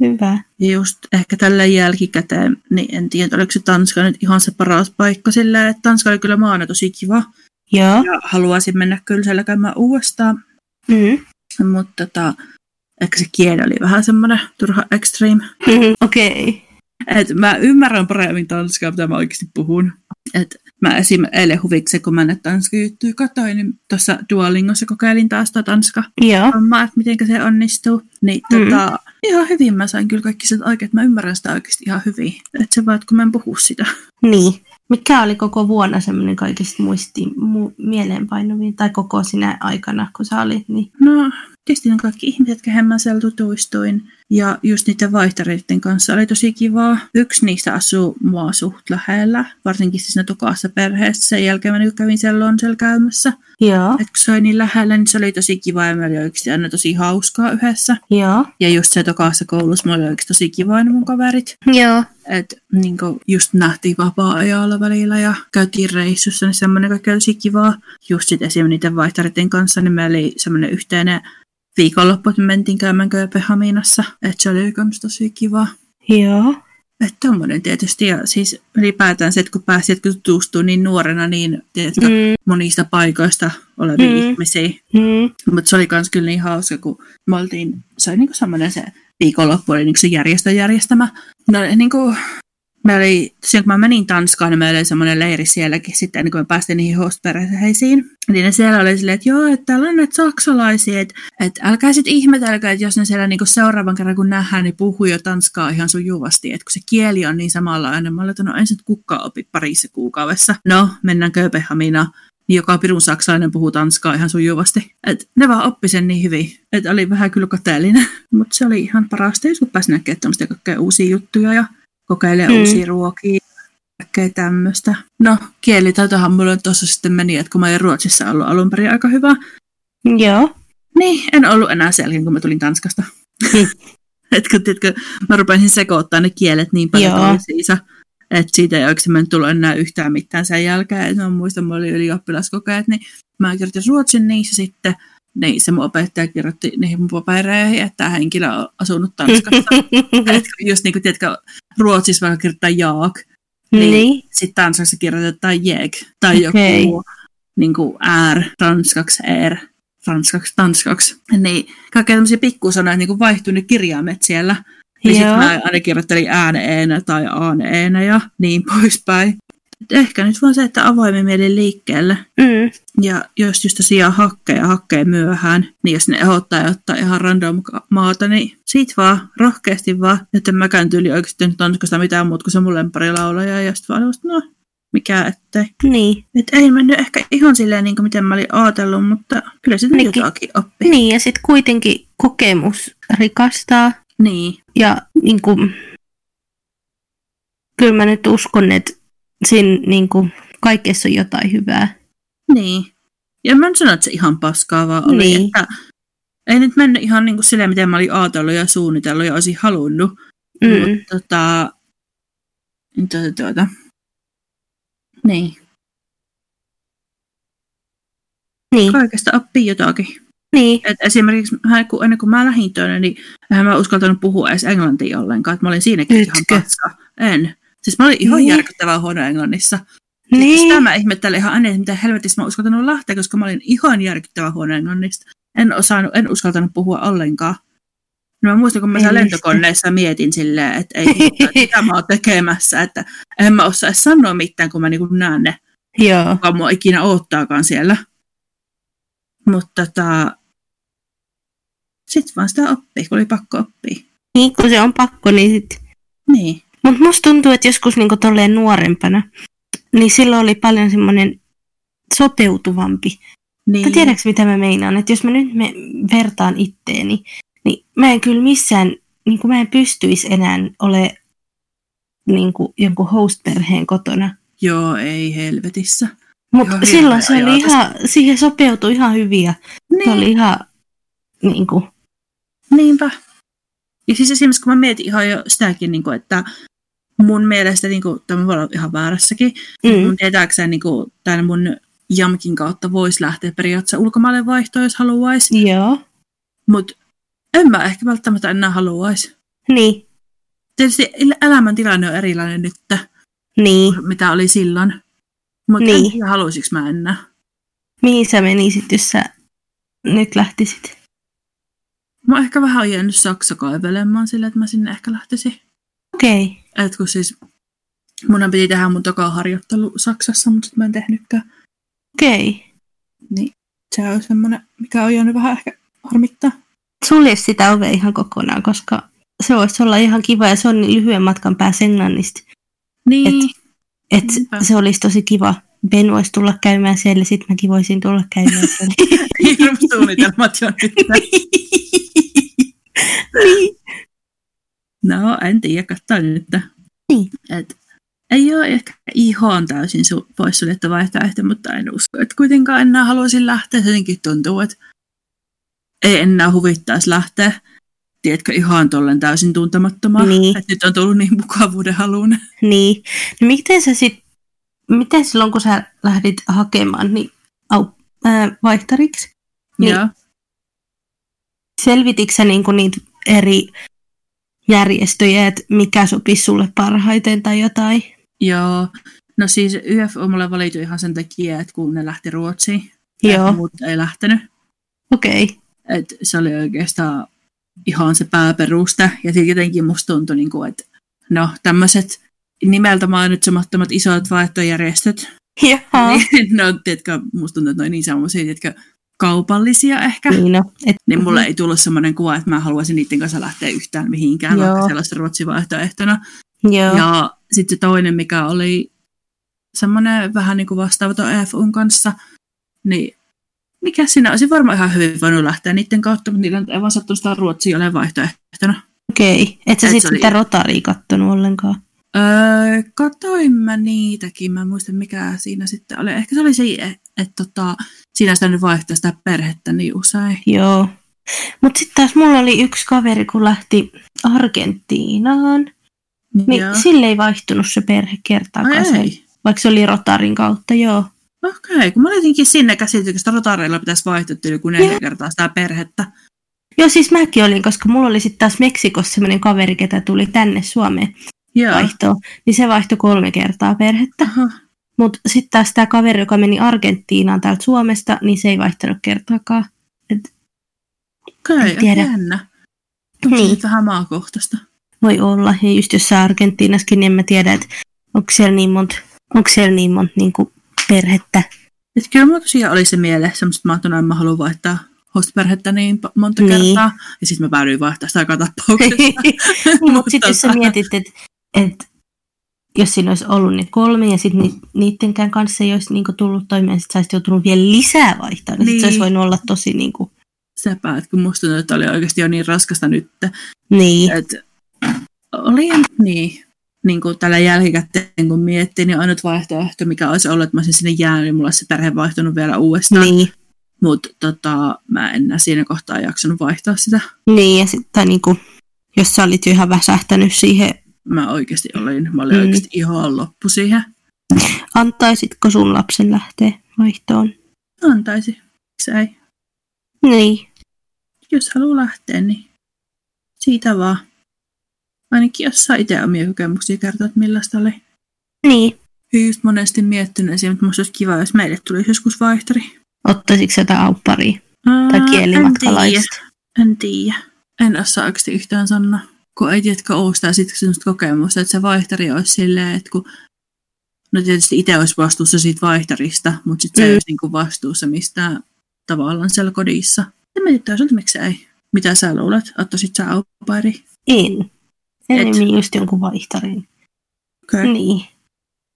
A: Hyvä.
B: Ja just ehkä tällä jälkikäteen, niin en tiedä, oliko se Tanska nyt ihan se paras paikka sillä, että Tanska oli kyllä maana tosi kiva.
A: Joo.
B: Ja haluaisin mennä kyllä siellä käymään uudestaan,
A: Mm.
B: mutta tota, ehkä se kieli oli vähän semmoinen turha extreme.
A: Okei. Okay.
B: Et mä ymmärrän paremmin tanskaa, mitä mä oikeasti puhun. Et mä esim. eilen huviksen, kun mä näitä tanskijuttuja katsoin, niin tuossa Duolingossa kokeilin taas tuo tanska
A: Joo.
B: hommaa, että miten se onnistuu. Niin
A: Mm.
B: tota, ihan hyvin mä sain kyllä kaikki sen oikein, että mä ymmärrän sitä oikeasti ihan hyvin. Että se vaan, että kun mä en puhu sitä.
A: Niin. Mikä oli koko vuonna semmoinen kaikista muistiin, mu- mieleenpainuvin, tai koko sinä aikana, kun sä olit, niin
B: No, tietysti ne kaikki ihmiset, kehen mä siellä tutuistuin. Ja just niiden vaihtareiden kanssa oli tosi kivaa. Yksi niistä asuu mua suht lähellä, varsinkin siis siinä tokassa perheessä. Sen jälkeen mä nyt kävin siellä Lonsel käymässä.
A: Joo,
B: Et kun se oli niin lähellä, niin se oli tosi kiva ja me oli oikeasti aina tosi hauskaa yhdessä.
A: joo,
B: Ja just se tokassa koulussa mulla oli oikeasti tosi kiva aina mun kaverit.
A: joo,
B: Et niin just nähtiin vapaa-ajalla välillä ja käytiin reissussa, niin semmoinen kaikki oli tosi kivaa. Just sit esim. niiden vaihtaritten kanssa, niin meillä oli semmoinen yhteinen viikonloppu, että me mentiin käymään Kööpenhaminassa. Et se oli kans tosi kivaa.
A: joo,
B: Että tommonen tietysti. Ja siis ylipäätään se, että kun pääsi että kun tutustuu niin nuorena, niin tiedätkö, mm.
A: mm,
B: monista paikoista olevia
A: Mm.
B: mm. ihmisiä.
A: mm,
B: Mutta se oli kans kyllä niin hauska, kun me oltiin, se oli niinku semmoinen se viikonloppu, oli niinku se järjestön järjestämä. No niinku, me oli, silloin kun mä menin Tanskaan, niin meillä oli semmoinen leiri sielläkin sitten, ennen kuin me päästiin niihin host-perheisiin. Niin ne siellä oli silleen, että joo, että täällä on näitä saksalaisia, että, että älkää sitten ihmetelkää, että jos ne siellä niinku seuraavan kerran kun nähdään, niin puhuu jo Tanskaa ihan sujuvasti, että kun se kieli on niin samanlainen. Mä olin, että no ensin kukkaa opi parissa kuukaudessa. No, mennään Kööpenhaminaan niin joka pirun saksalainen puhuu tanskaa ihan sujuvasti. Et ne vaan oppi sen niin hyvin, että oli vähän kyllä kateellinen. Mutta se oli ihan parasta, jos kun pääsi näkemään tämmöistä kaikkea uusia juttuja ja kokeilee
A: Mm.
B: mm. uusia ruokia kaikkea tämmöistä. No, kielitaitohan mulla tuossa sitten meni, että kun mä olin Ruotsissa ollut alun perin aika hyvä,
A: joo,
B: niin en ollut enää sen jälkeen, kun mä tulin Tanskasta.
A: Mm.
B: Et kun, tiedätkö, mä rupesin sekoittaa ne kielet niin paljon
A: Joo.
B: toisiinsa, että siitä ei oikein mennyt tullut enää yhtään mitään sen jälkeen. Et mä muistan, mulla oli ylioppilaskokeet, niin mä kirjoitin ruotsin niissä sitten, niin se mun opettaja kirjoitti niihin mun papereihin, että henkilö on asunut Tanskassa. Et Just niin kuin, tiedätkö, Ruotsissa vaikka kirjoittaa Jaak,
A: Niin. niin.
B: niin sitten Tanskaksi kirjoitetaan Jeg tai joku
A: Okei.
B: niin kuin R, Ranskaksi R, Ranskaksi, Tanskaksi. Niin kaikkea tämmöisiä pikkusanoja niin kuin vaihtuu ne kirjaimet siellä. Niin sitten
A: Joo.
B: mä aina kirjoittelin ääneenä tai aaneenä ja niin poispäin. Et ehkä nyt vaan se, että avoimen mielen liikkeelle.
A: Mm.
B: Ja jos just tosiaan hakkee ja hakkee myöhään, niin jos ne ehdottaa ja ottaa ihan random ka- maata, niin siitä vaan, rohkeasti vaan, että en mäkään tyyli oikeasti nyt tanskasta mitään muuta kuin se mun lemparilaulaja, ja sitten vaan olin vasta, no, mikä ettei.
A: Niin.
B: Et ei mennyt ehkä ihan silleen, niin kuin miten mä olin ajatellut, mutta kyllä sitten
A: Niinkin.
B: jotakin oppi.
A: niin, ja sitten kuitenkin kokemus rikastaa.
B: Niin,
A: Ja niin kuin, kyllä mä nyt uskon, että siinä niin kuin, kaikessa on jotain hyvää.
B: niin. Ja mä en sano, että se ihan paskaa vaan oli,
A: Niin.
B: niin. että ei nyt mennyt ihan niin kuin silleen, miten mä olin ajatellut ja suunnitellut ja olisin halunnut,
A: Mm.
B: Mutta tota, tuota, tuota. Niin,
A: Niin,
B: kaikesta oppii jotakin.
A: niin,
B: Et esimerkiksi hän- kun- ennen kuin mä lähdin töille, niin eihän mä uskaltanut puhua edes englantia ollenkaan. Et mä olin siinäkin
A: Nytkö?
B: ihan paska. En. Siis mä olin ihan
A: Niin.
B: niin. järkyttävän huono englannissa. Sitä
A: niin,
B: Siis mä ihmettelin ihan ääneen, että mitä helvetissä mä oon uskaltanut lähteä, koska mä olin ihan järkyttävän huono englannista. En osannut, en uskaltanut puhua ollenkaan. No mä muistan, kun mä siellä
A: Ei
B: lentokoneessa mietin silleen, että ei hitto, että mitä mä oon tekemässä, että en mä osaa edes sanoa mitään, kun mä niin näen ne,
A: joo,
B: kuka mua ikinä oottaakaan siellä. Mutta tota, sitten vaan sitä oppii, kun oli pakko oppia.
A: niin kun se on pakko, niin sit.
B: Niin,
A: Mut musta tuntuu, että joskus niinku tolleen nuorempana, niin silloin oli paljon semmoinen sopeutuvampi Mä
B: niin,
A: tiedätkö, mitä mä meinaan? Että jos mä nyt me vertaan itteeni, niin mä en kyllä missään, niin kuin mä en pystyisi enää ole niin kuin jonkun host-perheen kotona.
B: joo, ei helvetissä.
A: Mutta
B: Ihan hirveä
A: silloin se oli
B: ajatus.
A: ihan, siihen sopeutui ihan hyviä. Se
B: Niin.
A: oli ihan, niin kuin,
B: Niinpä. Ja siis esimerkiksi kun mä mietin ihan jo sitäkin, niin kuin, että mun mielestä, niin kuin, tämä voi olla ihan väärässäkin, mm.
A: mm,
B: mun tietääkseni niin kuin, tämän mun jamkin kautta voisi lähteä periaatteessa ulkomaille vaihtoon, jos haluaisi,
A: joo,
B: mutta en mä ehkä välttämättä enää haluaisi.
A: niin,
B: Tietysti el- elämäntilanne on erilainen nyt,
A: niin.
B: mitä oli silloin, mutta
A: Niin.
B: niin. en tiedä, haluaisinko mä enää.
A: Mihin sä menisit, jos sä nyt lähtisit?
B: Mä oon ehkä vähän oon jäänyt Saksa kaivelemaan sillä, että mä sinne ehkä lähtisin.
A: Okei, okay.
B: Et kun siis munhan piti tehdä mun toka harjoittelu Saksassa, mutta sit mä en tehnytkään.
A: okei. Okay.
B: Niin se on semmonen, mikä on jäänyt vähän ehkä harmittaa.
A: Sulje sitä ovea ihan kokonaan, koska se voisi olla ihan kiva ja se on niin lyhyen matkan päässä Englannista.
B: Niin, Et,
A: Et
B: Niinpä.
A: se olisi tosi kiva. Ben voisi tulla käymään siellä, sit mäkin voisin tulla käymään siellä.
B: suunnitelmat jo nyt. No, en tiedä, katsotaan nyt.
A: Niin.
B: Et, ei ole ehkä ihan täysin su- poissuljettu vaihtoehto, mutta en usko, että kuitenkaan enää haluaisin lähteä. Se Jotenkin tuntuu, että ei enää huvittaisi lähteä. Tiedätkö, ihan tollen täysin tuntemattomaan.
A: Niin.
B: Että nyt on tullut niin mukavuuden haluun.
A: niin. No miten sä sit, miten silloin kun sä lähdit hakemaan niin, au, ää, vaihtariksi, Niin.
B: Joo.
A: selvititkö sä niinku niitä eri järjestöjä, että mikä sopisi sulle parhaiten tai jotain?
B: Joo. No siis YFO mulle valitui ihan sen takia, että kun ne lähti Ruotsiin,
A: Joo,
B: muut ei lähtenyt.
A: okei. Okay.
B: Et se oli oikeastaan ihan se pääperuste. Ja sitten jotenkin musta tuntui, niin kuin, että no tämmöiset nimeltä mainitsemattomat isot vaihtojärjestöt,
A: Joo.
B: niin ne on, tiedätkö, musta tuntuu, että ne on niin semmoisia, tiedätkö, kaupallisia ehkä.
A: Niin, no, et,
B: Niin mulle ei tullut semmoinen kuva, että mä haluaisin niiden kanssa lähteä yhtään mihinkään,
A: Joo.
B: Joo. vaikka sellaista ruotsin No, vaihtoehtona.
A: Joo.
B: Ja sitten se toinen, mikä oli semmoinen vähän niin kuin vastaava tuon EFUn kanssa, niin mikä siinä olisi varmaan ihan hyvin voinut lähteä niiden kautta, mutta niillä nyt ei vaan sattunut sitä Ruotsia ole vaihtoehtona.
A: Okei. Okay. Et sä
B: Et
A: sit
B: se oli-
A: sitä rotaria kattonut ollenkaan?
B: Öö, katoin mä niitäkin, mä en muista mikä siinä sitten oli. Ehkä se oli se, että tota, siinä sitä nyt vaihtaa sitä perhettä niin usein.
A: Joo. Mutta sitten taas mulla oli yksi kaveri, kun lähti Argentiinaan, niin
B: Joo.
A: sille ei vaihtunut se perhe
B: Ai
A: kertaakaan, se,
B: ei.
A: vaikka se oli rotarin kautta, joo.
B: Okei, okay, kun mä olin jotenkin sinne käsityksestä rotareilla pitäisi vaihtaa yli kuin neljä kertaa sitä perhettä.
A: Joo, siis mäkin olin, koska mulla oli sitten taas Meksikossa semmoinen kaveri, ketä tuli tänne Suomeen
B: Joo.
A: vaihtoon, niin se vaihtoi kolme kertaa perhettä.
B: Aha.
A: Mutta sitten taas tämä kaveri, joka meni Argentiinaan täältä Suomesta, niin se ei vaihtanut kertaakaan.
B: Okei,
A: En tiedä.
B: okay, jännä. Onko
A: Niin.
B: niin. vähän maakohtaista?
A: Voi olla. Ja just jossain Argentiinassakin, niin en mä tiedä, että onko siellä niin monta, onko siellä niin monta niin perhettä.
B: Et kyllä mulla tosiaan oli se mieleen, semmoiset, että mä ajattelin, että mä haluan vaihtaa hostperhettä niin pa- monta
A: Niin.
B: niin. kertaa. Ja sitten mä päädyin vaihtaa sitä joka tapauksessa.
A: Mutta sitten jos sä
B: tota-
A: mietit, että et, jos siinä olisi ollut ne kolme ja sitten ni, niittenkään kanssa ei olisi niinku tullut toimeen, sit sä olisit joutunut vielä lisää vaihtamaan. Niin. Sitten se
B: Niin.
A: olisi voinut olla tosi niinku,
B: Sepä, että kun musta tuntuu, että oli oikeasti jo niin raskasta nyt,
A: niin,
B: että oli niin, niin kuin tällä jälkikäteen kun miettii, niin ainut vaihtoehto, mikä olisi ollut, että mä olisin sinne jäänyt, niin mulla olisi se perhe vaihtunut vielä uudestaan. Niin.
A: niin,
B: Mutta tota, mä en enää siinä kohtaa jaksanut vaihtaa sitä.
A: niin. Ja sit, tai niinku, jos sä olit jo ihan väsähtänyt siihen,
B: Mä oikeasti olin, mä olin
A: Mm.
B: mm. oikeasti ihan loppu siihen.
A: antaisitko sun lapsen lähteä vaihtoon?
B: Antaisi, se ei.
A: Niin,
B: jos haluaa lähteä, niin siitä vaan. Ainakin jos saa itse omia kokemuksia kertoa, että millaista oli.
A: niin.
B: Olen just monesti miettinyt siihen, mutta musta olisi kiva, jos meille tulisi joskus vaihtori.
A: Ottaisitko sä jotain aupparia tai
B: Ää,
A: kielimatkalaista?
B: En tiedä. En osaa oikeasti yhtään sanoa. Kun ei tiedätkö oostaa sitten sellaista kokemusta, että se vaihtori olisi silleen, että kun... No tietysti itse olisi vastuussa siitä vaihtarista, mutta sitten se
A: Mm.
B: ei olisi niinku vastuussa mistään tavallaan siellä kodissa. En mä tiedä toisaalta, miksi ei. Mitä sä luulet? Ottaisit sä au pairi?
A: En. Enemmän
B: Et.
A: just jonkun vaihtarin.
B: Okay.
A: Niin.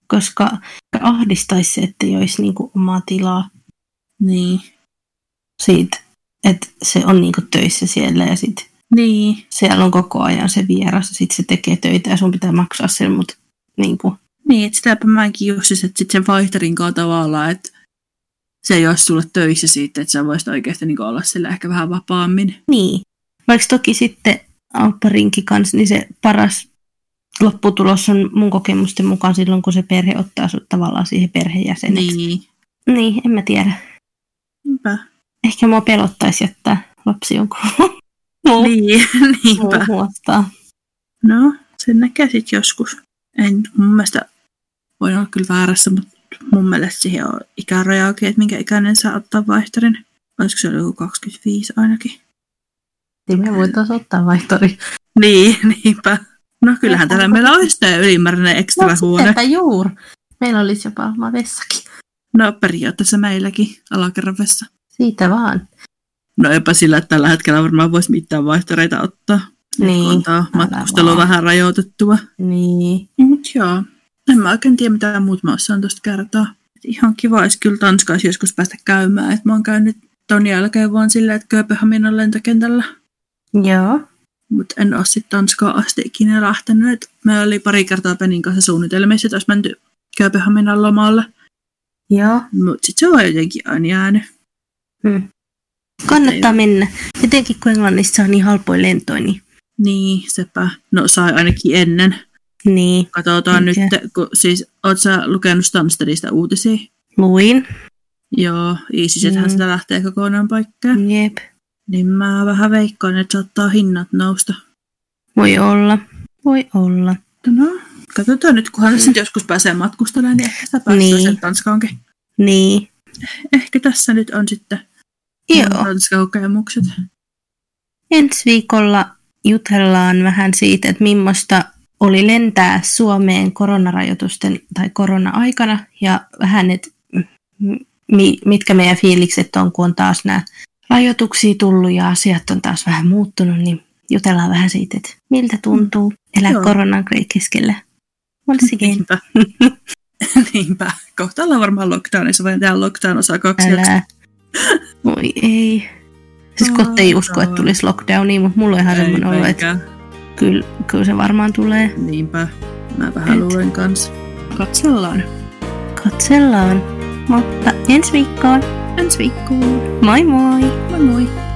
A: Koska ahdistaisi se, että ei olisi niinku omaa tilaa
B: Niin.
A: siitä, että se on niinku töissä siellä ja sit
B: Niin.
A: siellä on koko ajan se vieras ja sit se tekee töitä ja sun pitää maksaa sen, mutta niinku,
B: Niin, että sitäpä mäkin just, siis, että sit sen vaihtarinkaan tavallaan, että se ei ole sulle töissä siitä, että sä voisit oikeasti niin olla sillä ehkä vähän vapaammin.
A: niin. Vaikka toki sitten Alpparinkin kanssa, niin se paras lopputulos on mun kokemusten mukaan silloin, kun se perhe ottaa sut tavallaan siihen perheenjäseneksi.
B: Niin.
A: niin en mä tiedä.
B: Niinpä.
A: Ehkä mua pelottaisi jättää lapsi jonkun muun
B: Niin,
A: Oh.
B: niinpä.
A: huostaa.
B: No, sen näkee sit joskus. En mun mielestä, voin olla kyllä väärässä, mutta mun mielestä siihen on ikäraja oikein, että minkä ikäinen saa ottaa vaihtarin. Olisiko se ollut joku 25 ainakin?
A: Niin me voitaisiin ottaa vaihtori.
B: Niin, niinpä. No kyllähän täällä meillä olisi tämä ylimääräinen ekstra huone.
A: juur. Meillä olisi jopa oma vessakin.
B: No periaatteessa meilläkin alakerravessa.
A: Siitä vaan.
B: No eipä sillä, että tällä hetkellä varmaan voisi mitään vaihtoreita ottaa.
A: Niin,
B: Niin. Tämä
A: älä
B: matkustelu
A: vaan.
B: on vähän rajoitettua.
A: Niin.
B: Mut joo. En mä oikein tiedä, mitä muut mä osaan tuosta kertoa. Et Ihan kiva olisi kyllä Tanskaisi joskus päästä käymään. Et mä oon käynyt ton jälkeen vaan sillä, että Kööpenhaminan lentokentällä.
A: Joo.
B: Mutta en ole sitten Tanskaa asti ikinä lähtenyt. Et Meillä oli pari kertaa Penin kanssa suunnitelmissa, että olisi menty Kööpenhaminan lomalle.
A: Joo. Hmm.
B: Mutta sitten se on jotenkin aina jäänyt.
A: Kannattaa mennä. Jotenkin kun Englannissa on niin halpoja lentoja, niin...
B: Niin, sepä. No sai ainakin ennen.
A: niin.
B: Katsotaan
A: Mikä?
B: nyt, kun siis oot sä lukenut Stamstedista uutisia?
A: Luin.
B: Joo, Iisisethän
A: Mm.
B: mm. sitä lähtee kokonaan paikkaan. Mm.
A: Jep.
B: Niin mä vähän veikkaan, että saattaa hinnat nousta.
A: Voi olla. Voi olla.
B: No, katsotaan nyt, kunhan mm. sitten joskus pääsee matkustelemaan, niin ehkä sitä pääsee
A: Niin.
B: niin. Tanskaankin.
A: Niin.
B: Ehkä tässä nyt on sitten
A: Joo. Niin.
B: Tanskakokemukset.
A: Ensi viikolla jutellaan vähän siitä, että millaista oli lentää Suomeen koronarajoitusten tai korona-aikana ja vähän, että mi- mitkä meidän fiilikset on, kun on taas nämä rajoituksia tullut ja asiat on taas vähän muuttunut, niin jutellaan vähän siitä, että miltä tuntuu elää
B: Joo.
A: koronan keskellä. Once again,
B: Niinpä. Niinpä. Kohta ollaan varmaan lockdownissa, vai tehdään lockdown osa kaksi. jaksoa.
A: älä. Voi ei. Siis kotte ei usko, että tulisi lockdownia, mutta mulla on ihan
B: Ei
A: semmoinen olo, että
B: meikään.
A: kyllä, kyllä se varmaan tulee.
B: Niinpä. Mä vähän
A: Et.
B: luulen kans. Katsellaan.
A: Katsellaan. Mutta ensi viikkoon.
B: Ensi viikkoon.
A: Moi moi!
B: Moi moi.